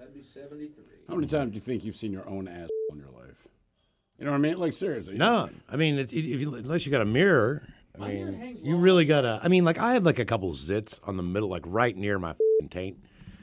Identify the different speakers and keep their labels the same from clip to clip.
Speaker 1: How
Speaker 2: 1973.
Speaker 1: many times do you think you've seen your own ass in your life? You know what I mean? Like seriously.
Speaker 3: No, I mean, it's, if you, unless you got a mirror, I
Speaker 2: My mirror
Speaker 3: mean,
Speaker 2: hangs
Speaker 3: you
Speaker 2: low.
Speaker 3: really gotta. I mean, like I had like a couple zits on the middle, like right near my fing taint,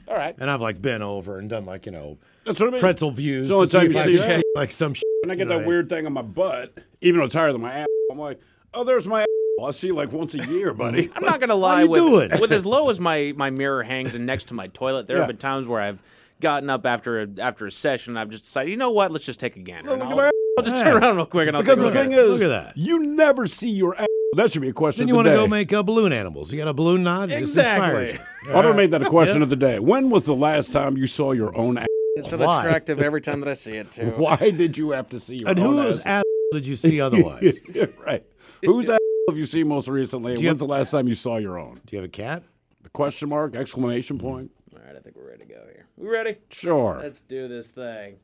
Speaker 1: All right.
Speaker 3: and I've like been over and done like you know
Speaker 1: That's what I mean.
Speaker 3: pretzel views.
Speaker 1: It's the
Speaker 3: to
Speaker 1: only
Speaker 3: see if
Speaker 1: time
Speaker 3: I
Speaker 1: you see
Speaker 3: could
Speaker 1: it.
Speaker 3: like some. Shit,
Speaker 1: When I get
Speaker 3: you know
Speaker 1: that
Speaker 3: what
Speaker 1: weird thing on my butt, even though it's higher than my ass, I'm like, oh, there's my ass. I see it like once a year, buddy.
Speaker 4: I'm not gonna
Speaker 3: How
Speaker 4: lie.
Speaker 3: you
Speaker 4: with,
Speaker 3: doing?
Speaker 4: with as low as my, my mirror hangs and next to my toilet, there
Speaker 1: Yeah.
Speaker 4: have been times where I've gotten up after a, after a session. and I've just decided, you know what? Let's just take a gander.
Speaker 1: Look
Speaker 4: and
Speaker 1: at
Speaker 4: I'll,
Speaker 1: my ass.
Speaker 4: I'll just turn around real quick and I'll
Speaker 1: Because
Speaker 4: take a
Speaker 1: the
Speaker 4: look.
Speaker 3: at
Speaker 1: thing
Speaker 3: that.
Speaker 1: is,
Speaker 3: Look at that.
Speaker 1: you never see your ass. That should be a question
Speaker 3: Then
Speaker 1: of
Speaker 3: you
Speaker 1: the
Speaker 3: want to go
Speaker 1: day.
Speaker 3: make uh, balloon animals. You got a balloon knot. It
Speaker 4: Exactly.
Speaker 3: Just inspires you.
Speaker 1: I don't make that a question of the day. When was the last time you saw your own ass?
Speaker 4: It's
Speaker 3: Why?
Speaker 4: unattractive every time that I see it too.
Speaker 1: Why did you have to see your
Speaker 3: And
Speaker 1: own
Speaker 3: whose
Speaker 1: ass?
Speaker 3: ass did you see otherwise?
Speaker 1: right. Whose ass have you seen most recently? And
Speaker 3: you
Speaker 1: when's
Speaker 3: have-
Speaker 1: the last time you saw your own?
Speaker 3: Do you have a cat?
Speaker 1: The question mark, exclamation point.
Speaker 4: All right, I think we're ready to go here. We ready?
Speaker 1: Sure.
Speaker 4: Let's do this thing.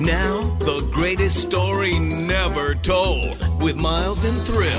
Speaker 5: Now, the greatest story never told with Miles and Thrill.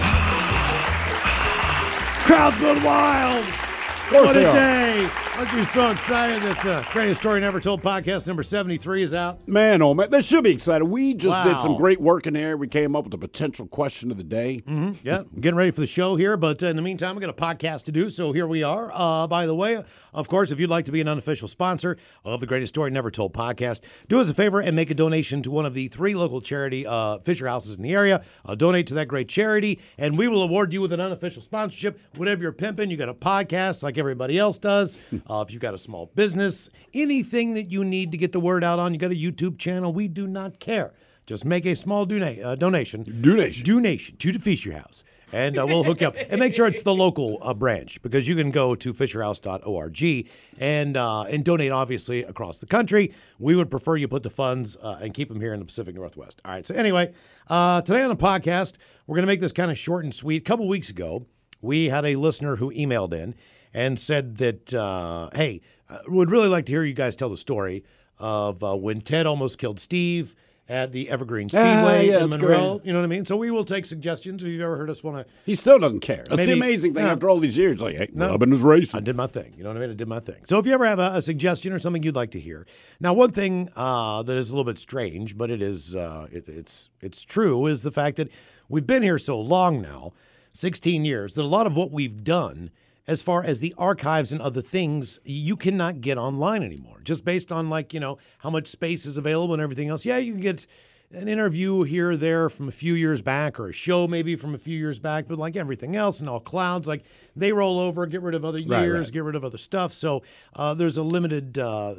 Speaker 3: Crowd's going wild.
Speaker 1: Of course
Speaker 3: What
Speaker 1: they
Speaker 3: a
Speaker 1: are.
Speaker 3: day! Aren't you so excited that uh, Greatest Story Never Told podcast number 73 is out?
Speaker 1: Man, oh man, this should be exciting. We just did some
Speaker 3: Wow.
Speaker 1: great work in here. We came up with a potential question of the day.
Speaker 3: Mm-hmm. Yeah, getting ready for the show here, but uh, in the meantime, we got a podcast to do, so here we are. Uh, by the way, of course, if you'd like to be an unofficial sponsor of the Greatest Story Never Told podcast, do us a favor and make a donation to one of the three local charity uh, Fisher houses in the area. Uh, donate to that great charity, and we will award you with an unofficial sponsorship. Whatever you're pimping, you got a podcast like everybody else does. uh, if you've got a small business, anything that you need to get the word out on, you got a YouTube channel, we do not care. Just make a small dona- uh, donation.
Speaker 1: Donation.
Speaker 3: Donation to the Fisher House. And uh, we'll hook you up. And make sure it's the local uh, branch because you can go to fisherhouse.org and uh, and donate, obviously, across the country. We would prefer you put the funds uh, and keep them here in the Pacific Northwest. All right. So, anyway, uh, today on the podcast, we're going to make this kind of short and sweet. A couple weeks ago, we had a listener who emailed in and said that, uh, hey, I would really like to hear you guys tell the story of uh, when Ted almost killed Steve at the Evergreen Speedway
Speaker 1: Ah, yeah,
Speaker 3: in
Speaker 1: that's great.
Speaker 3: Monroe. You know what I mean? So we will take suggestions. If you've ever heard us want to,
Speaker 1: He still doesn't care. That's
Speaker 3: Maybe-
Speaker 1: the amazing thing
Speaker 3: no.
Speaker 1: after all these years. Like, hey, Robin was racing.
Speaker 3: I did my thing. You know what I mean? I did my thing. So if you ever have a, a suggestion or something you'd like to hear, now one thing uh, that is a little bit strange, but it is uh, it, it's it's true, is the fact that we've been here so long now, sixteen years, that a lot of what we've done. As far as the archives and other things, you cannot get online anymore. Just based on like you know how much space is available and everything else. Yeah, you can get an interview here or there from a few years back or a show maybe from a few years back, but like everything else and all clouds, like they roll over, get rid of other years,
Speaker 1: Right, right.
Speaker 3: get rid of other stuff. So uh, there's a limited uh,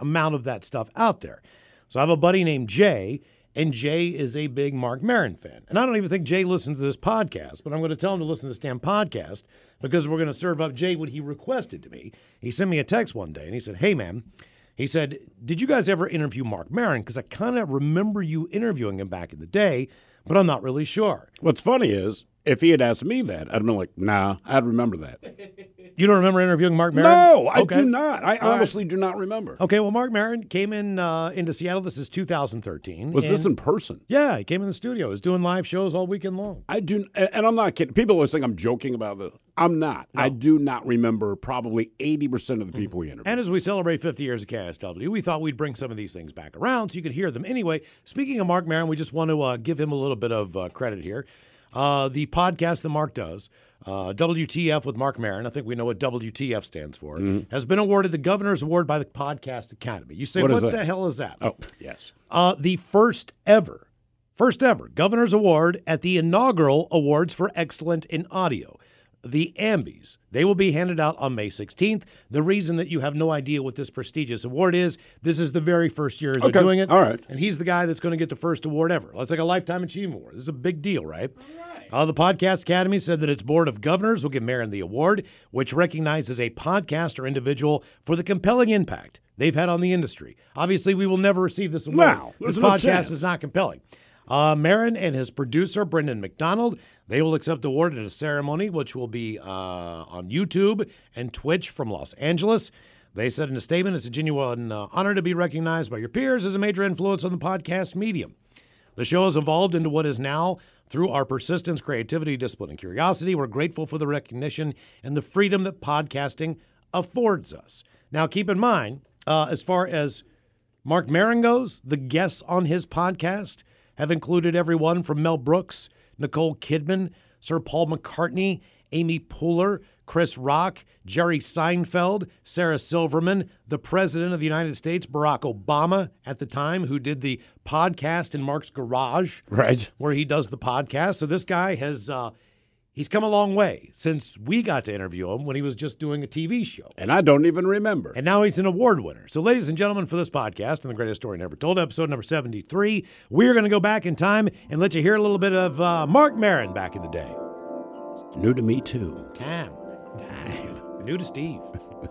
Speaker 3: amount of that stuff out there. So I have a buddy named Jay, and Jay is a big Mark Marin fan. And I don't even think Jay listens to this podcast, but I'm going to tell him to listen to this damn podcast because we're going to serve up Jay what he requested to me. He sent me a text one day and he said, Hey, man, he said, Did you guys ever interview Mark Marin? Because I kind of remember you interviewing him back in the day, but I'm not really sure.
Speaker 1: What's funny is, if he had asked me that, I'd have been like, nah, I'd remember that.
Speaker 3: You don't remember interviewing Mark Marin?
Speaker 1: no, I
Speaker 3: Okay.
Speaker 1: do not. I honestly do not remember.
Speaker 3: Okay, well, Mark Marin came in uh, into Seattle. This is 2013.
Speaker 1: Was this
Speaker 3: and-
Speaker 1: in person?
Speaker 3: Yeah, he came in the studio. He was doing live shows all weekend long.
Speaker 1: I do, and and I'm not kidding. People always think I'm joking about this. I'm not. I do not remember probably 80%
Speaker 3: Mm-hmm.
Speaker 1: of the people we interviewed.
Speaker 3: And as we celebrate 50 years of KSW, we thought we'd bring some of these things back around so you could hear them. Anyway, speaking of Mark Marin, we just want to uh, give him a little bit of uh, credit here. Uh, the podcast that Mark does, uh, WTF with Mark Marin, I think we know what WTF stands for, has been awarded the Governor's Award by the Podcast Academy. You say,
Speaker 1: Mm-hmm. What
Speaker 3: what,
Speaker 1: is that?"
Speaker 3: the hell is that?
Speaker 1: oh, yes.
Speaker 3: uh, the first ever, first ever Governor's Award at the inaugural Awards for Excellent in Audio, the AMBIES. They will be handed out on May 16th. The reason that you have no idea what this prestigious award is, this is the very first year they're
Speaker 1: Okay,
Speaker 3: doing it.
Speaker 1: all right.
Speaker 3: And he's the guy that's going to get the first award ever. That's like a Lifetime Achievement Award. This is a big deal, right? Uh, the Podcast Academy said that its board of governors will give Marin the award, which recognizes a podcast or individual for the compelling impact they've had on the industry. Obviously, we will never receive this award.
Speaker 1: No,
Speaker 3: this
Speaker 1: there's no
Speaker 3: podcast
Speaker 1: chance.
Speaker 3: is not compelling. Uh, Marin and his producer Brendan McDonald they will accept the award at a ceremony which will be uh, on YouTube and Twitch from Los Angeles. They said in a statement, "It's a genuine uh, honor to be recognized by your peers as a major influence on the podcast medium." The show has evolved into what is now, through our persistence, creativity, discipline, and curiosity, we're grateful for the recognition and the freedom that podcasting affords us. Now, keep in mind, Uh, as far as Mark Maron goes, the guests on his podcast have included everyone from Mel Brooks, Nicole Kidman, Sir Paul McCartney, Amy Poehler, Chris Rock, Jerry Seinfeld, Sarah Silverman, the President of the United States, Barack Obama, at the time, who did the podcast in Mark's garage,
Speaker 1: Right.
Speaker 3: where he does the podcast. So this guy has. Uh, He's come a long way since we got to interview him when he was just doing a TV show.
Speaker 1: And I don't even remember.
Speaker 3: And now he's an award winner. So, ladies and gentlemen, for this podcast and the greatest story never told, episode number 73, we're going to go back in time and let you hear a little bit of uh, Mark Marin back in the day.
Speaker 1: New to me too.
Speaker 3: Time. New to Steve.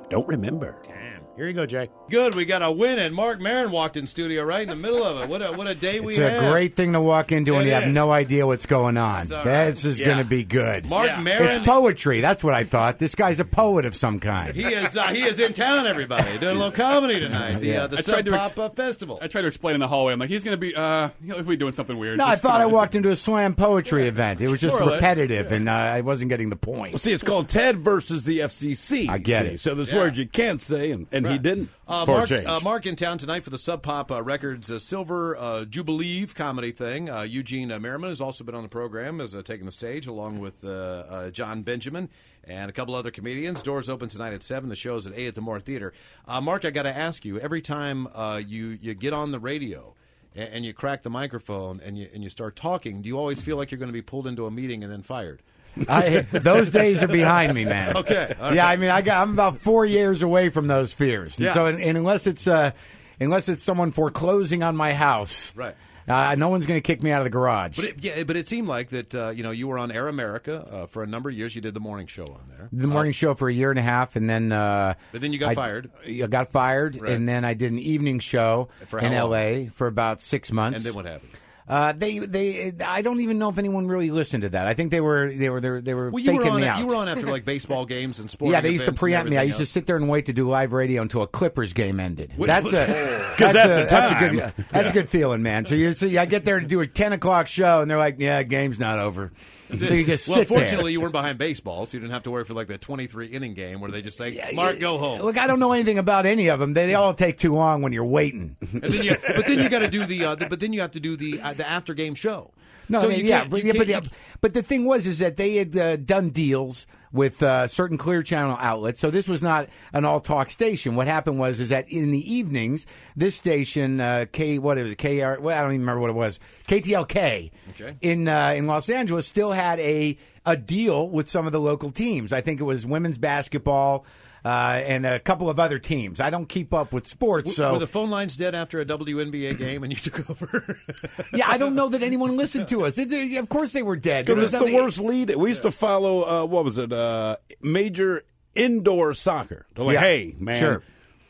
Speaker 1: Don't remember.
Speaker 3: Time. Here you go, Jay.
Speaker 2: Good, we got a win, and Mark Marin walked in studio right in the middle of it. What a what a day we
Speaker 6: It's
Speaker 2: had!
Speaker 6: a great thing to walk into when
Speaker 2: It
Speaker 6: you
Speaker 2: is.
Speaker 6: have no idea what's going on.
Speaker 2: all
Speaker 6: This
Speaker 2: right.
Speaker 6: is
Speaker 2: Yeah.
Speaker 6: going to be good.
Speaker 2: Mark
Speaker 4: Yeah.
Speaker 2: Marin.
Speaker 6: it's poetry. That's what I thought. This guy's a poet of some kind.
Speaker 2: he is uh, he is in town. Everybody doing a little comedy tonight. The uh, the
Speaker 7: I tried
Speaker 2: Sub
Speaker 7: to ex-
Speaker 2: Pop uh, Festival.
Speaker 7: I tried to explain in the hallway. I'm like, he's gonna be, uh, he'll be doing something weird.
Speaker 6: no, I
Speaker 7: Just- uh,
Speaker 6: thought I walked into a slam poetry event. It was just
Speaker 2: More or less.
Speaker 6: repetitive, and uh, I wasn't getting the point.
Speaker 8: See, it's called Ted versus the FCC.
Speaker 6: I get
Speaker 8: see.
Speaker 6: it.
Speaker 8: So there's
Speaker 2: Yeah.
Speaker 8: words you can't say, and, and he didn't
Speaker 2: Uh,
Speaker 8: for a
Speaker 2: Mark,
Speaker 8: change.
Speaker 2: uh, Mark in town tonight for the Sub Pop uh, Records uh, Silver uh, Jubilee comedy thing. Uh, Eugene uh, Merriman has also been on the program, as uh, taking the stage along with uh, uh, John Benjamin and a couple other comedians. Doors open tonight at seven. The show's at eight at the Moore Theater. Uh, Mark, I got to ask you: every time uh, you you get on the radio and, and you crack the microphone and you and you start talking, do you always feel like you're going to be pulled into a meeting and then fired?
Speaker 6: I, those days are behind me, man.
Speaker 2: Okay, all right.
Speaker 6: Yeah, I mean, I got, I'm about four years away from those fears. And
Speaker 2: Yeah.
Speaker 6: So, and, and unless it's uh, unless it's someone foreclosing on my house,
Speaker 2: Right.
Speaker 6: Uh, no one's going to kick me out of the garage.
Speaker 2: But it, yeah, but it seemed like that uh, you know you were on Air America uh, for a number of years. You did the morning show on there.
Speaker 6: the morning show for a year and a half, and then. Uh,
Speaker 2: Uh, But then you got
Speaker 6: I-
Speaker 2: fired.
Speaker 6: I got fired,
Speaker 2: Right.
Speaker 6: and then I did an evening show
Speaker 2: For how
Speaker 6: in
Speaker 2: long?
Speaker 6: L.A. for about six months.
Speaker 2: And then what happened?
Speaker 6: Uh, they, they, I don't even know if anyone really listened to that. I think they were, they were, they were, they were
Speaker 2: Well, you
Speaker 6: faking
Speaker 2: were on.
Speaker 6: me out.
Speaker 2: You were on after like baseball games and sports.
Speaker 6: yeah, they used to preempt me. I used to sit there and wait to do live radio until a Clippers game ended. that's a that's,
Speaker 8: at
Speaker 6: a,
Speaker 8: the
Speaker 6: that's a good
Speaker 8: time-
Speaker 6: that's a good feeling, man. So you see, I get there to do a ten o'clock show, and they're like, "Yeah, game's not over." So you just
Speaker 2: well,
Speaker 6: sit
Speaker 2: fortunately,
Speaker 6: there.
Speaker 2: you weren't behind baseball, so you didn't have to worry for like the 23 inning game where they just say, "Mark, go home."
Speaker 6: Look, I don't know anything about any of them. They, they all take too long when you're waiting.
Speaker 2: And then you, but then you got to do the, uh, the. But then you have to do the uh, the after game show.
Speaker 6: No,
Speaker 2: so
Speaker 6: I mean,
Speaker 2: you
Speaker 6: yeah,
Speaker 2: can't-
Speaker 6: but,
Speaker 2: you
Speaker 6: yeah, but,
Speaker 2: can't-
Speaker 6: yeah, but the thing was is that they had uh, done deals with uh, certain Clear Channel outlets, so this was not an all talk station. What happened was is that in the evenings, this station uh, K what it was KR well, I don't even remember what it was KTLK
Speaker 2: Okay.
Speaker 6: in uh, in Los Angeles still had a a deal with some of the local teams. I think it was women's basketball. Uh, and a couple of other teams. I don't keep up with sports, so
Speaker 2: were the phone lines dead after a WNBA game and you took over?
Speaker 6: yeah, I don't know that anyone listened to us. It- it- of course, they were dead. There was
Speaker 8: Because it's the
Speaker 6: nothing-
Speaker 8: worst lead. We used to follow, uh, what was it, uh, major indoor soccer. They're like,
Speaker 6: Yeah.
Speaker 8: hey, man.
Speaker 6: Sure.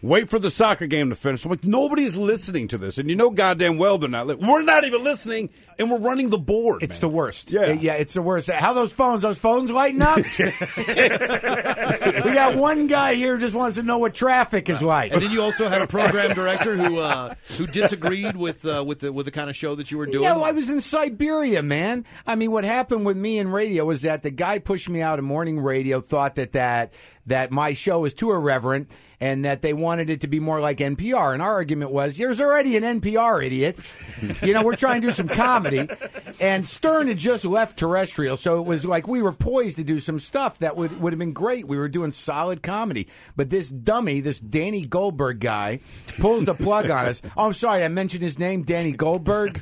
Speaker 8: Wait for the soccer game to finish. I'm like, nobody's listening to this, and you know goddamn well they're not. Li- we're not even listening, and we're running the board.
Speaker 6: It's
Speaker 8: man.
Speaker 6: the worst.
Speaker 8: Yeah.
Speaker 6: Uh, yeah, it's the worst. How those phones? Those phones lighting up. we got one guy here who just wants to know what traffic is like.
Speaker 2: and then you also had a program director who uh, who disagreed with uh, with the with the kind of show that you were doing.
Speaker 6: Yeah, well, I was in Siberia, man. I mean, what happened with me in radio was that the guy pushed me out of morning radio, thought that that that my show was too irreverent and that they wanted it to be more like NPR. And our argument was, there's already an NPR, idiot. you know, we're trying to do some comedy. And Stern had just left terrestrial, so it was like we were poised to do some stuff that would, would have been great. We were doing solid comedy. But this dummy, this Danny Goldberg guy, pulls the plug on us. Oh, I'm sorry, I mentioned his name, Danny Goldberg.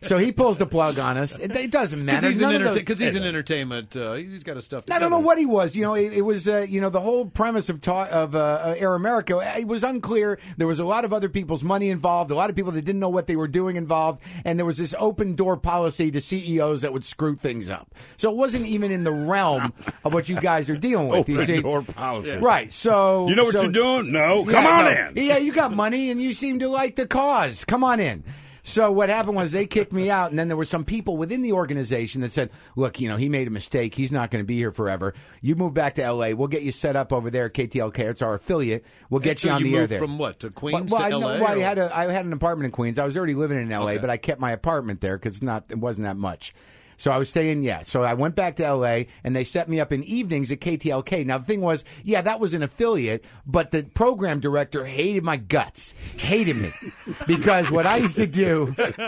Speaker 6: so he pulls the plug on us. It, it doesn't
Speaker 2: because
Speaker 6: matter.
Speaker 2: he's,
Speaker 6: None
Speaker 2: an
Speaker 6: of
Speaker 2: enterta-
Speaker 6: those-
Speaker 2: 'cause he's an entertainment. Uh, he's got his stuff.
Speaker 6: I don't know
Speaker 2: together.
Speaker 6: what he was. You know, it, it was uh, you know the whole premise of ta- of uh, uh, Air America. It was unclear. There was a lot of other people's money involved. A lot of people that didn't know what they were doing involved, and there was this open door policy to CEOs that would screw things up. So it wasn't even in the realm of what you guys are dealing with. you
Speaker 1: Open
Speaker 6: see?
Speaker 1: door policy.
Speaker 6: right? So
Speaker 8: You know what
Speaker 6: so-
Speaker 8: you're doing? No.
Speaker 6: Yeah,
Speaker 8: Come on
Speaker 6: no.
Speaker 8: in.
Speaker 6: Yeah, you got money and you seem to like the cause. Come on in. So what happened was they kicked me out, and then there were some people within the organization that said, "Look, you know, he made a mistake. He's not going to be here forever. You move back to L.A. We'll get you set up over there, at KTLK. It's our affiliate. We'll get
Speaker 2: And so
Speaker 6: you on the
Speaker 2: moved
Speaker 6: air there."
Speaker 2: From what to Queens
Speaker 6: well,
Speaker 2: to
Speaker 6: I, know-
Speaker 2: LA?
Speaker 6: well, I
Speaker 2: or-
Speaker 6: had a I had an apartment in Queens. I was already living in L.A.,
Speaker 2: Okay.
Speaker 6: but I kept my apartment there because not it wasn't that much. So I was staying, yeah. So I went back to LA and they set me up in evenings at KTLK. Now, the thing was, yeah, that was an affiliate, but the program director hated my guts, hated me. because what I used to do,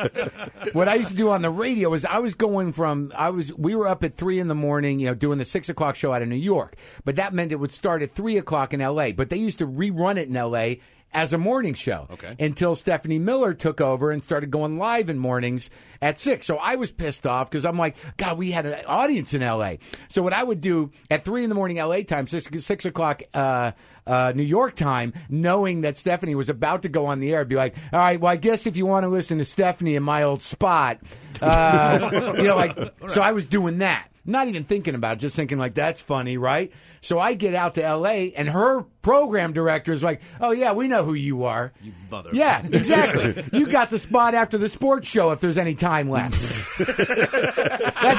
Speaker 6: what I used to do on the radio is I was going from, I was, we were up at three in the morning, you know, doing the six o'clock show out of New York. But that meant it would start at three o'clock in LA. But they used to rerun it in LA as a morning show okay. until Stephanie Miller took over and started going live in mornings at six. So I was pissed off because I'm like, God, we had an audience in LA. So what I would do at three in the morning LA time, six, six o'clock uh, uh, New York time, knowing that Stephanie was about to go on the air, I'd be like, all right, well, I guess if you want to listen to Stephanie in my old spot, uh, you know, like, so I was doing that not even thinking about it, just thinking like that's funny, right? So I get out to L.A. and her program director is like, "Oh yeah, we know who you are, you
Speaker 4: mother."
Speaker 6: Yeah, exactly. you got the spot after the sports show if there's any time left. that's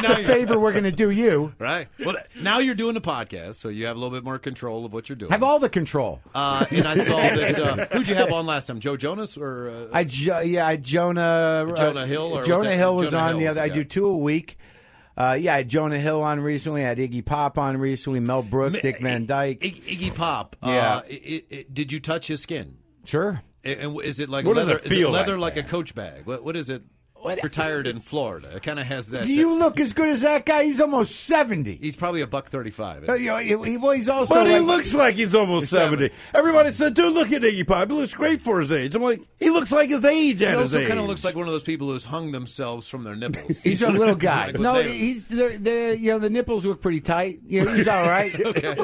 Speaker 6: the favor we're going to do you.
Speaker 2: Right. Well, th- now you're doing the podcast, so you have a little bit more control of what you're doing.
Speaker 6: Have all the control.
Speaker 2: uh, and I saw that uh, who'd you have on last time? Joe Jonas or uh,
Speaker 6: I jo- yeah, I Jonah uh,
Speaker 2: Jonah Hill or
Speaker 6: Jonah
Speaker 2: what the-
Speaker 6: Hill was
Speaker 2: Jonah
Speaker 6: on the
Speaker 2: Hills,
Speaker 6: other. I
Speaker 2: yeah.
Speaker 6: do two a week. Uh, yeah, I had Jonah Hill on recently. I had Iggy Pop on recently. Mel Brooks, Dick Van Dyke.
Speaker 2: Ig- Iggy Pop?
Speaker 6: Yeah.
Speaker 2: Uh, i i did you touch his skin?
Speaker 6: sure.
Speaker 2: I- And is it like
Speaker 8: What does
Speaker 2: leather?
Speaker 8: it
Speaker 2: is
Speaker 8: feel
Speaker 2: it leather
Speaker 8: like,
Speaker 2: like, a coach bag? What, what is it? Retired in Florida, it kind of has that.
Speaker 6: Do you look as good as that guy? He's almost seventy.
Speaker 2: He's probably a buck thirty-five.
Speaker 6: Uh, you know, he- he- well, he's also.
Speaker 8: But he
Speaker 6: like-
Speaker 8: looks like he's almost 70. Everybody said, dude, look at Iggy Pop. He looks great for his age. I'm like, he looks like his age at
Speaker 2: He
Speaker 8: his
Speaker 2: also
Speaker 8: age.
Speaker 2: kind of looks like one of those people who's hung themselves from their nipples.
Speaker 6: He's a little guy.
Speaker 2: Like with
Speaker 6: no,
Speaker 2: nails.
Speaker 6: he's the, the you know the nipples look pretty tight. You know, he's all right. okay.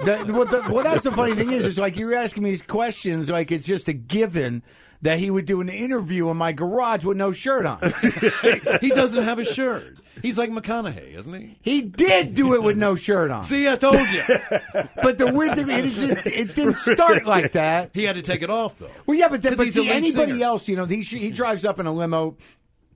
Speaker 6: The, what the, well, that's the funny thing is, it's like you're asking me these questions like it's just a given that he would do an interview in my garage with no shirt on.
Speaker 2: he doesn't have a shirt. He's like McConaughey, isn't he?
Speaker 6: he did do it with no shirt on.
Speaker 2: See, I told you.
Speaker 6: but the weird thing is, it, didn't- it didn't start like that.
Speaker 2: he had to take it off though.
Speaker 6: Well, yeah, but, then,
Speaker 2: 'Cause
Speaker 6: but
Speaker 2: he's a
Speaker 6: see,
Speaker 2: lead
Speaker 6: anybody
Speaker 2: singer.
Speaker 6: else, you know, he he drives up in a limo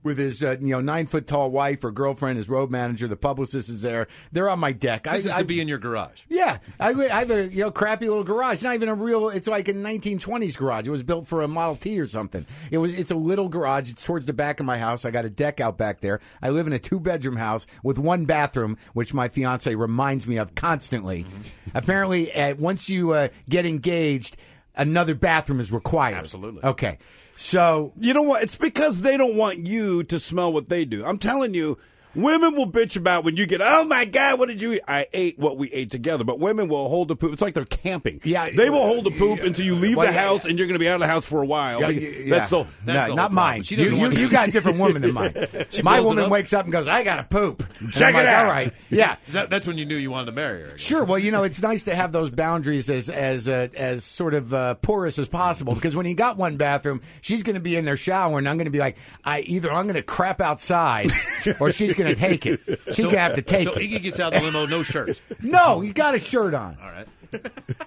Speaker 6: with his uh, you know nine foot tall wife or girlfriend, his road manager, the publicist is there. They're on my deck. I,
Speaker 2: This is
Speaker 6: I-
Speaker 2: to be in your garage.
Speaker 6: Yeah, I, I have a you know crappy little garage. Not even a real. It's like a 1920s garage. It was built for a Model T or something. It was. It's a little garage. It's towards the back of my house. I got a deck out back there. I live in a two bedroom house with one bathroom, which my fiance reminds me of constantly.
Speaker 8: Mm-hmm.
Speaker 6: Apparently, uh, once you uh, get engaged, another bathroom is required.
Speaker 2: Absolutely.
Speaker 6: Okay. So
Speaker 8: You know what? It's because they don't want you to smell what they do. I'm telling you, women will bitch about when you get, oh my God, what did you eat? I ate what we ate together. But women will hold the poop. It's like they're camping.
Speaker 6: Yeah.
Speaker 8: They will hold the poop until you leave
Speaker 6: Well,
Speaker 8: the
Speaker 6: yeah,
Speaker 8: house and you're going to be out of the house for a while.
Speaker 6: Yeah,
Speaker 8: Like,
Speaker 6: yeah,
Speaker 8: That's
Speaker 6: yeah.
Speaker 8: the. that's
Speaker 6: no, not
Speaker 8: the whole
Speaker 6: mine.
Speaker 8: problem.
Speaker 2: She
Speaker 6: you,
Speaker 2: doesn't
Speaker 6: you,
Speaker 2: want
Speaker 6: you
Speaker 2: you-
Speaker 6: got a different woman than mine. my
Speaker 2: blows it
Speaker 6: woman
Speaker 2: up.
Speaker 6: wakes up and goes, "I got to poop." And
Speaker 8: Check
Speaker 6: I'm
Speaker 8: it
Speaker 6: like,
Speaker 8: out.
Speaker 6: All right, yeah.
Speaker 2: Is that, that's when you knew you wanted to marry her. I guess.
Speaker 6: Sure. Well, you know, it's nice to have those boundaries as as uh, as sort of uh, porous as possible because when you got one bathroom, she's going to be in there showering. and I'm going to be like, I either I'm going to crap outside, or she's going to take it. She's going to have to take
Speaker 2: So
Speaker 6: it.
Speaker 2: Iggy gets out of the limo, no shirt.
Speaker 6: No, he's got a shirt on,
Speaker 2: All right.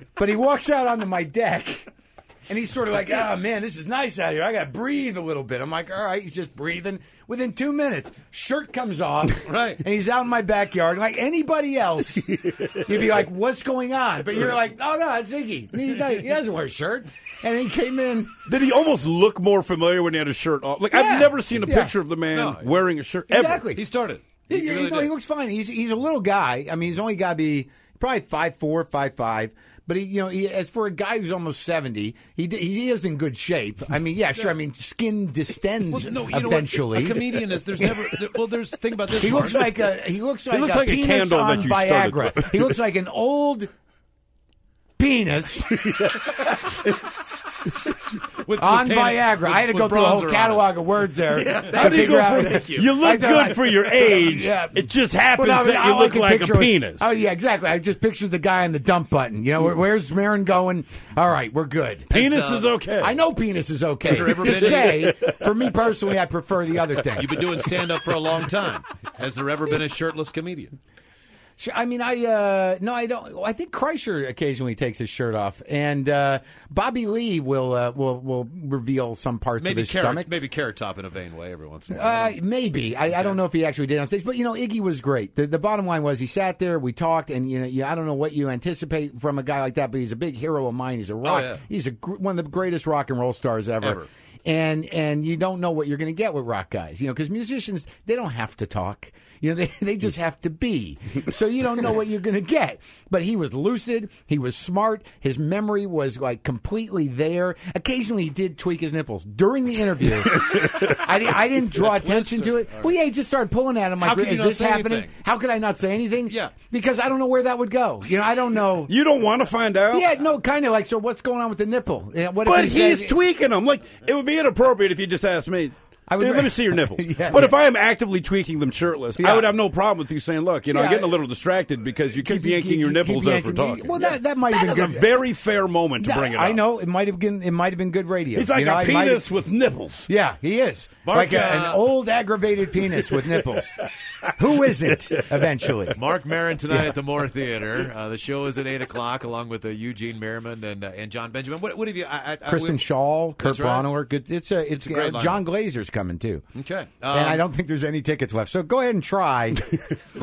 Speaker 6: but he walks out onto my deck. And he's sort of like, oh man, this is nice out here. I got to breathe a little bit. I'm like, all right, he's just breathing. Within two minutes, shirt comes off.
Speaker 2: Right.
Speaker 6: And he's out in my backyard. Like anybody else, you'd be like, what's going on? But you're like, oh no, it's Iggy. He's not- he doesn't wear a shirt. And he came in.
Speaker 8: Did he almost look more familiar when he had a shirt off? Like
Speaker 6: Yeah.
Speaker 8: I've never seen a
Speaker 6: Yeah.
Speaker 8: picture of the man
Speaker 2: No.
Speaker 8: wearing a shirt. ever.
Speaker 6: Exactly.
Speaker 2: He started.
Speaker 6: He,
Speaker 2: He
Speaker 6: he-
Speaker 2: really
Speaker 6: no, he
Speaker 2: did.
Speaker 6: looks fine. He's he's a little guy. I mean, he's only got to be probably five four, five five. But he, you know, he, as for a guy who's almost seventy, he d- he is in good shape. I mean, yeah, sure. I mean, skin distends
Speaker 2: Well, no, you know what?
Speaker 6: eventually.
Speaker 2: a comedian is there's never. there- well, there's think about this.
Speaker 6: he looks
Speaker 2: Mark.
Speaker 6: like a he looks like,
Speaker 8: looks
Speaker 6: a,
Speaker 8: like a
Speaker 6: penis
Speaker 8: candle
Speaker 6: on
Speaker 8: that you started
Speaker 6: Viagra.
Speaker 8: with.
Speaker 6: he looks like an old penis
Speaker 2: with,
Speaker 6: on
Speaker 2: tan-
Speaker 6: Viagra.
Speaker 2: with-
Speaker 6: I had to
Speaker 2: with
Speaker 6: go through a whole
Speaker 2: bronzer on it.
Speaker 6: catalog of words there. to
Speaker 8: How do you
Speaker 6: figure
Speaker 8: go
Speaker 6: out-
Speaker 8: for you look
Speaker 6: I thought-
Speaker 8: good for your age?
Speaker 6: Yeah.
Speaker 8: It just happens
Speaker 6: Well, no,
Speaker 8: that
Speaker 6: I-
Speaker 8: you
Speaker 6: all I
Speaker 8: look
Speaker 6: could
Speaker 8: like a
Speaker 6: picture was-
Speaker 8: penis.
Speaker 6: oh yeah, exactly. I just pictured the guy on the dump button. You know, where, where's Marin going? All right, we're good.
Speaker 8: penis
Speaker 2: It's, uh,
Speaker 8: is okay.
Speaker 6: I know penis is okay.
Speaker 2: there ever
Speaker 6: to
Speaker 2: been any-
Speaker 6: say, for me personally, I prefer the other thing.
Speaker 2: You've been doing stand up for a long time. Has there ever been a shirtless comedian?
Speaker 6: Sure, I mean, I uh, no, I don't. I think Kreischer occasionally takes his shirt off, and uh, Bobby Lee will uh, will will reveal some parts of
Speaker 2: Maybe
Speaker 6: his stomach.
Speaker 2: carrot, maybe carrot top in a vain way every once in a while.
Speaker 6: Uh, maybe I, I don't know if he actually did on stage, but you know Iggy was great. The, the bottom line was he sat there, we talked, and you know you, I don't know what you anticipate from a guy like that, but he's a big hero of mine. He's a rock.
Speaker 2: yeah.
Speaker 6: He's a gr- one of the greatest rock and roll stars ever.
Speaker 2: Ever.
Speaker 6: And and you don't know what you're going to get with rock guys, you know, because musicians they don't have to talk, you know, they they just have to be. So you don't know what you're going to get. But he was lucid, he was smart, his memory was like completely there. Occasionally he did tweak his nipples during the interview. I, di- I didn't draw attention to it. Well, yeah, he just started pulling at him like,
Speaker 2: How could you
Speaker 6: "Is
Speaker 2: not
Speaker 6: this
Speaker 2: say
Speaker 6: happening?
Speaker 2: anything?
Speaker 6: How could I not say anything?
Speaker 2: Yeah.
Speaker 6: because I don't know where that would go. You know, I don't know.
Speaker 8: You don't want to find out?
Speaker 6: Yeah, no, kind of like, so what's going on with the nipple? Yeah, What
Speaker 8: But
Speaker 6: if he says-
Speaker 8: he's tweaking them. Like it would be inappropriate if you just asked me.
Speaker 6: I would-
Speaker 8: "Dude, let me see your nipples.
Speaker 6: Yeah.
Speaker 8: but if I am actively tweaking them shirtless, I would have no problem with you saying, "Look, you know, I'm
Speaker 6: Yeah.
Speaker 8: getting a little distracted because you keep
Speaker 6: Keep-
Speaker 8: yanking
Speaker 6: keep-
Speaker 8: your
Speaker 6: keep
Speaker 8: nipples as
Speaker 6: yanking-
Speaker 8: we're talking."
Speaker 6: Well, that- that might have
Speaker 8: is
Speaker 6: been
Speaker 8: a
Speaker 6: good.
Speaker 8: very fair moment to bring it up.
Speaker 6: I know it might have been it might have been good radio.
Speaker 8: He's like
Speaker 6: You know,
Speaker 8: a
Speaker 6: I might
Speaker 8: penis
Speaker 6: have-
Speaker 8: with nipples.
Speaker 6: Yeah, he is like a-
Speaker 2: uh,
Speaker 6: an old aggravated penis with nipples. Who is it eventually?
Speaker 2: Mark Marin tonight at the Moore Theater. Uh, the show is at eight o'clock, along with uh, Eugene Merriman and uh, and John Benjamin. What, what have you? I, I, I-
Speaker 6: Kristen
Speaker 2: we-
Speaker 6: Shaw, Kurt
Speaker 2: That's right.
Speaker 6: Braunohr. Good. It's a it's,
Speaker 2: a great
Speaker 6: uh,
Speaker 2: lineup.
Speaker 6: John Glazer's coming too.
Speaker 2: Okay,
Speaker 6: and
Speaker 2: Um,
Speaker 6: I don't think there's any tickets left. So go ahead and try.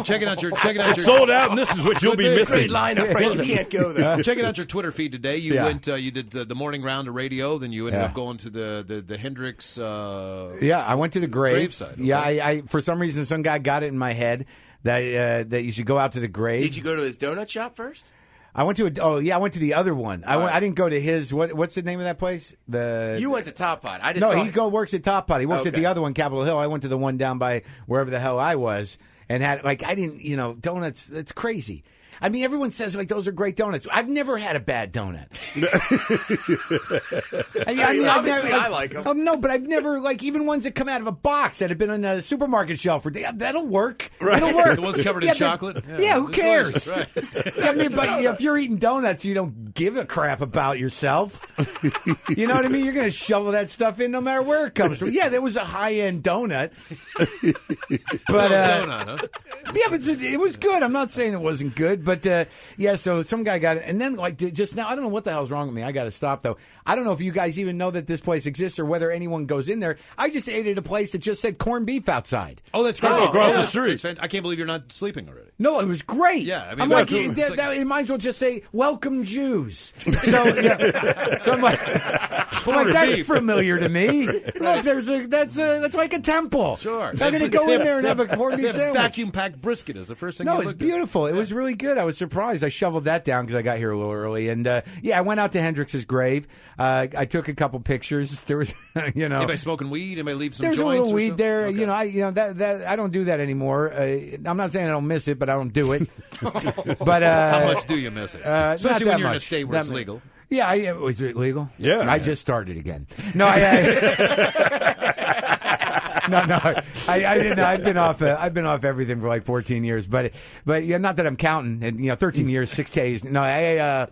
Speaker 2: Check it out your check it out your
Speaker 8: Sold out, and this is what you'll be
Speaker 2: There's a
Speaker 8: missing.
Speaker 2: great lineup right there.
Speaker 8: can't go there.
Speaker 2: Check it out your Twitter feed today. You
Speaker 6: Yeah.
Speaker 2: went, uh, you did uh, the morning round of radio, then you ended
Speaker 6: Yeah.
Speaker 2: up going to the the, the Hendrix. Uh,
Speaker 6: Yeah, I went to the grave.
Speaker 2: Graveside,
Speaker 6: Yeah,
Speaker 2: okay.
Speaker 6: I, I for some reason some guy got it in my head that uh, that you should go out to the grave.
Speaker 9: Did you go to his donut shop first?
Speaker 6: I went to a, oh yeah, I went to the other one. I, went, I didn't go to his what what's the name of that place? The
Speaker 9: You went to Top Pot. I just
Speaker 6: no,
Speaker 9: saw
Speaker 6: he go works at Top Pot. He works at
Speaker 9: Okay.
Speaker 6: the other one, Capitol Hill. I went to the one down by wherever the hell I was, and had like I didn't, you know, donuts. That's crazy. I mean, everyone says like those are great donuts. I've never had a bad donut. I mean, I mean, I've
Speaker 9: Obviously, I like 'em.
Speaker 6: Um, no, but I've never like even ones that come out of a box that have been on a supermarket shelf for that'll work. It'll work.
Speaker 2: The ones covered in
Speaker 6: Yeah, they're-
Speaker 2: chocolate?
Speaker 6: Yeah,
Speaker 2: Yeah,
Speaker 6: who
Speaker 2: of
Speaker 6: cares?
Speaker 2: course, right.
Speaker 6: I mean, but if you're eating donuts, you don't give a crap about yourself. You know what I mean? You're going to shovel that stuff in no matter where it comes from. Yeah, there was a high end donut, but uh,
Speaker 2: donut, huh?
Speaker 6: yeah, but it, it was good. I'm not saying it wasn't good, but uh, yeah. So some guy got it, and then like d- just now, I don't know what the hell's wrong with me. I got to stop though. I don't know if you guys even know that this place exists or whether anyone goes in there. I just ate at a place that just said corned beef outside.
Speaker 2: Oh, that's great.
Speaker 8: across the
Speaker 2: that's-
Speaker 8: street.
Speaker 2: that's fan- I can't believe you're not sleeping already.
Speaker 6: No, it was great.
Speaker 2: Yeah, I mean,
Speaker 6: I'm like,
Speaker 2: that's-
Speaker 6: you- that,
Speaker 2: it's
Speaker 6: that- it might as well just say "Welcome Jews." So, yeah. so I'm like, I'm like, that's
Speaker 2: beef.
Speaker 6: familiar to me. Look, there's a that's a that's like a temple.
Speaker 2: Sure.
Speaker 6: So I'm gonna go in there and have a corned
Speaker 2: They
Speaker 6: beef
Speaker 2: have
Speaker 6: sandwich.
Speaker 2: vacuum packed brisket is the first thing.
Speaker 6: No,
Speaker 2: you
Speaker 6: it's
Speaker 2: looked at.
Speaker 6: beautiful. It was really good. I was surprised. I shoveled that down because I got here a little early, and uh, yeah, I went out to Hendrix's grave. Uh, I took a couple pictures. There was, you know,
Speaker 2: Anybody smoking weed? Anybody leave some
Speaker 6: there's a
Speaker 2: joints
Speaker 6: little
Speaker 2: or
Speaker 6: weed
Speaker 2: something?
Speaker 6: there.
Speaker 2: Okay.
Speaker 6: You know, I you know that that I don't do that anymore. Uh, I'm not saying I don't miss it, but I don't do it. but uh,
Speaker 2: How much do you miss it?
Speaker 6: uh, not that
Speaker 2: Especially when you're in a
Speaker 6: much.
Speaker 2: state where
Speaker 6: That
Speaker 2: it's
Speaker 6: much.
Speaker 2: legal.
Speaker 6: Yeah, I, uh, was it legal?
Speaker 8: Yeah.
Speaker 6: I just started again. No, I. I- no, no, I, I didn't. I've been off. Uh, I've been off everything for like 14 years, but but yeah, not that I'm counting. And you know, 13 years, six days. No, I. Uh,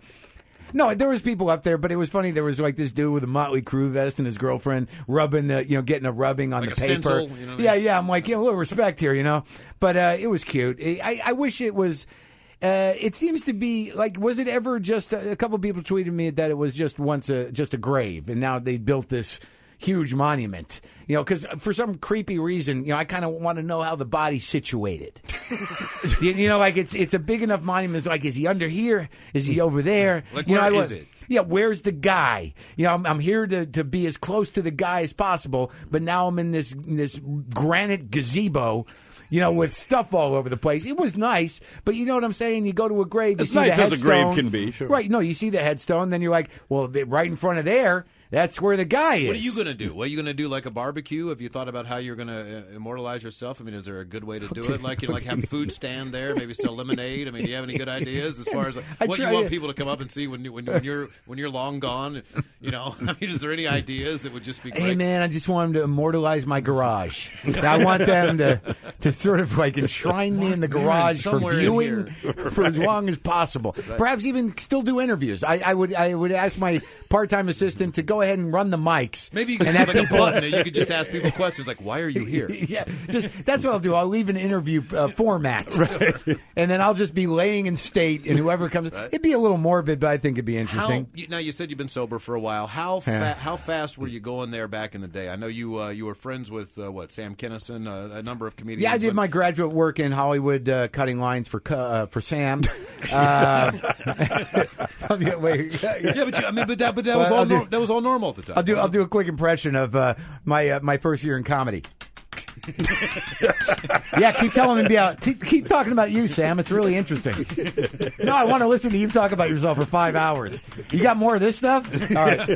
Speaker 6: no, there was people up there, but it was funny. There was like this dude with a Motley Crue vest and his girlfriend rubbing the, you know, getting a rubbing on
Speaker 2: Like
Speaker 6: the
Speaker 2: a
Speaker 6: paper.
Speaker 2: stencil, you know what I mean?
Speaker 6: yeah, yeah. I'm like, yeah, a little respect here, you know. But uh, it was cute. I- I, I wish it was. Uh, it seems to be like, was it ever just a, a couple people tweeted me that it was just once a just a grave, and now they built this huge monument, you know? Because for some creepy reason, you know, I kind of want to know how the body's situated. you, you know, like it's it's a big enough monument. It's like, is he under here? Is he over there?
Speaker 2: Like,
Speaker 6: you know,
Speaker 2: where
Speaker 6: I
Speaker 2: is
Speaker 6: wa-
Speaker 2: it?
Speaker 6: yeah, where's the guy? You know, I'm, I'm here to, to be as close to the guy as possible, but now I'm in this this granite gazebo, you know, with stuff all over the place. It was nice, but you know what I'm saying? You go to a grave, you
Speaker 8: As
Speaker 6: see the
Speaker 8: nice as a
Speaker 6: headstone,
Speaker 8: grave can be, sure.
Speaker 6: right? No, you see the headstone, then you're like, well, they, right in front of there, that's where the guy is.
Speaker 2: What are you going to do? What are you going to do? Like a barbecue? Have you thought about how you're going to uh, immortalize yourself? I mean, is there a good way to do it? Like, you know, like have food stand there, maybe sell lemonade. I mean, do you have any good ideas as far as like,
Speaker 6: I
Speaker 2: what
Speaker 6: try-
Speaker 2: you want people to come up and see when you, when, you- when you're when you're long gone? You know, I mean, is there any ideas that would just be great?
Speaker 6: Hey man, I just want them to immortalize my garage. I want them to, to sort of like enshrine me in the
Speaker 2: Man,
Speaker 6: garage for
Speaker 2: somewhere in
Speaker 6: viewing for as long as possible. Perhaps even still do interviews. I, I would I would ask my part time assistant to go go ahead and run the mics.
Speaker 2: Maybe you could
Speaker 6: and
Speaker 2: have
Speaker 6: have
Speaker 2: like a
Speaker 6: people-
Speaker 2: button and you could just ask people questions like, "Why are you here?"
Speaker 6: yeah, just that's what I'll do. I'll leave an interview uh, format, and then I'll just be laying in state, and whoever comes, it'd be a little morbid, but I think it'd be
Speaker 2: How,
Speaker 6: interesting.
Speaker 2: you, now you said you've been sober for a while. How
Speaker 6: Yeah.
Speaker 2: fa- how fast were you going there back in the day? I know you uh, you were friends with uh, what Sam Kinison, uh, a number of comedians.
Speaker 6: Yeah, I
Speaker 2: but-
Speaker 6: did my graduate work in Hollywood, uh, cutting lines for cu- uh, for Sam. Uh, wait,
Speaker 2: Yeah, but you, I mean, but that but that
Speaker 6: Well,
Speaker 2: was all
Speaker 6: I'll do-
Speaker 2: nor- that was all normal at the time.
Speaker 6: I'll do I'll do a quick impression of uh, my uh, my first year in comedy. yeah, keep telling me about keep, keep talking about you, Sam. It's really interesting. No, I want to listen to you talk about yourself for five hours. You got more of this stuff? All right.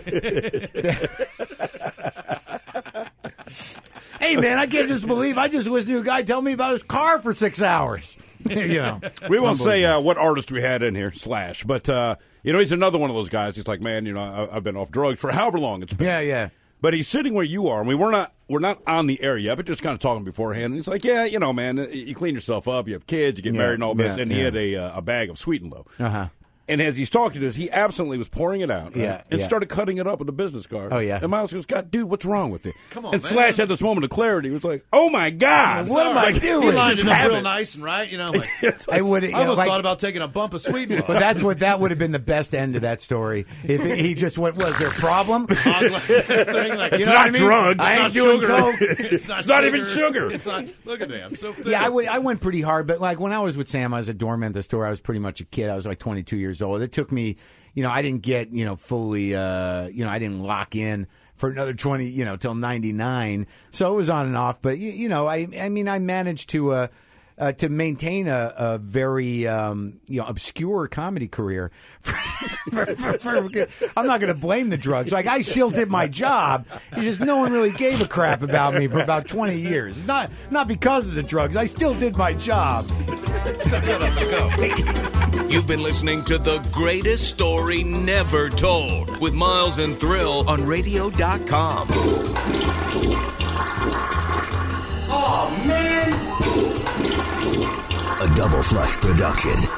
Speaker 6: hey man, I can't just believe I just listened to a guy tell me about his car for six hours. you know.
Speaker 8: We won't say uh, what artist we had in here, Slash, but uh, you know he's another one of those guys. He's like, man, you know, I, I've been off drugs for however long it's been.
Speaker 6: Yeah, yeah.
Speaker 8: But he's sitting where you are, and we were not we're not on the air yet, but just kind of talking beforehand. And he's like, yeah, you know, man, uh, you clean yourself up, you have kids, you get
Speaker 6: Yeah,
Speaker 8: married, and all this.
Speaker 6: yeah,
Speaker 8: and
Speaker 6: yeah.
Speaker 8: he had a uh, a bag of sweet and low.
Speaker 6: Uh-huh.
Speaker 8: And as he's talking to us, he absolutely was pouring it out right?
Speaker 6: Yeah,
Speaker 8: and
Speaker 6: yeah.
Speaker 8: started cutting it up with a business card.
Speaker 6: Oh, yeah.
Speaker 8: And Miles goes, God, dude, what's wrong with you?
Speaker 2: Come on,
Speaker 8: And
Speaker 2: man.
Speaker 8: Slash had this moment of clarity. He was like, oh, my God.
Speaker 6: What am I
Speaker 8: Like,
Speaker 6: doing?
Speaker 8: he
Speaker 2: He lined
Speaker 8: just
Speaker 2: it up
Speaker 8: had
Speaker 2: real
Speaker 8: it.
Speaker 2: nice and right, you know. I'm Like,
Speaker 6: I would
Speaker 2: I almost thought about taking a bump of sweet. and
Speaker 6: But that's what that would have been the best end of that story if he just went. Was there a problem?
Speaker 2: thing, like, you know
Speaker 8: not
Speaker 2: what I mean?
Speaker 8: drugs.
Speaker 6: It's
Speaker 2: I ain't
Speaker 6: not
Speaker 2: doing
Speaker 6: sugar.
Speaker 2: coke. It's not,
Speaker 8: It's not even sugar.
Speaker 2: It's not. Look at me. I'm so thin.
Speaker 6: Yeah, I went- I went pretty hard, but like when I was with Sam, I was a doorman at the store. I was pretty much a kid. I was like 22 years old. It took me, you know, I didn't get, you know, fully, uh, you know, I didn't lock in for another 20, you know, till 99. So it was on and off, but you, you know, I, I mean, I managed to, uh, uh, to maintain a, a very um, you know obscure comedy career, for, for- for- I'm not going to blame the drugs. Like I still did my job. It's just no one really gave a crap about me for about 20 years. Not not because of the drugs. I still did my job.
Speaker 5: You've been listening to The Greatest Story Never Told with Miles and Thrill on radio.com. Oh, man. A double flush production.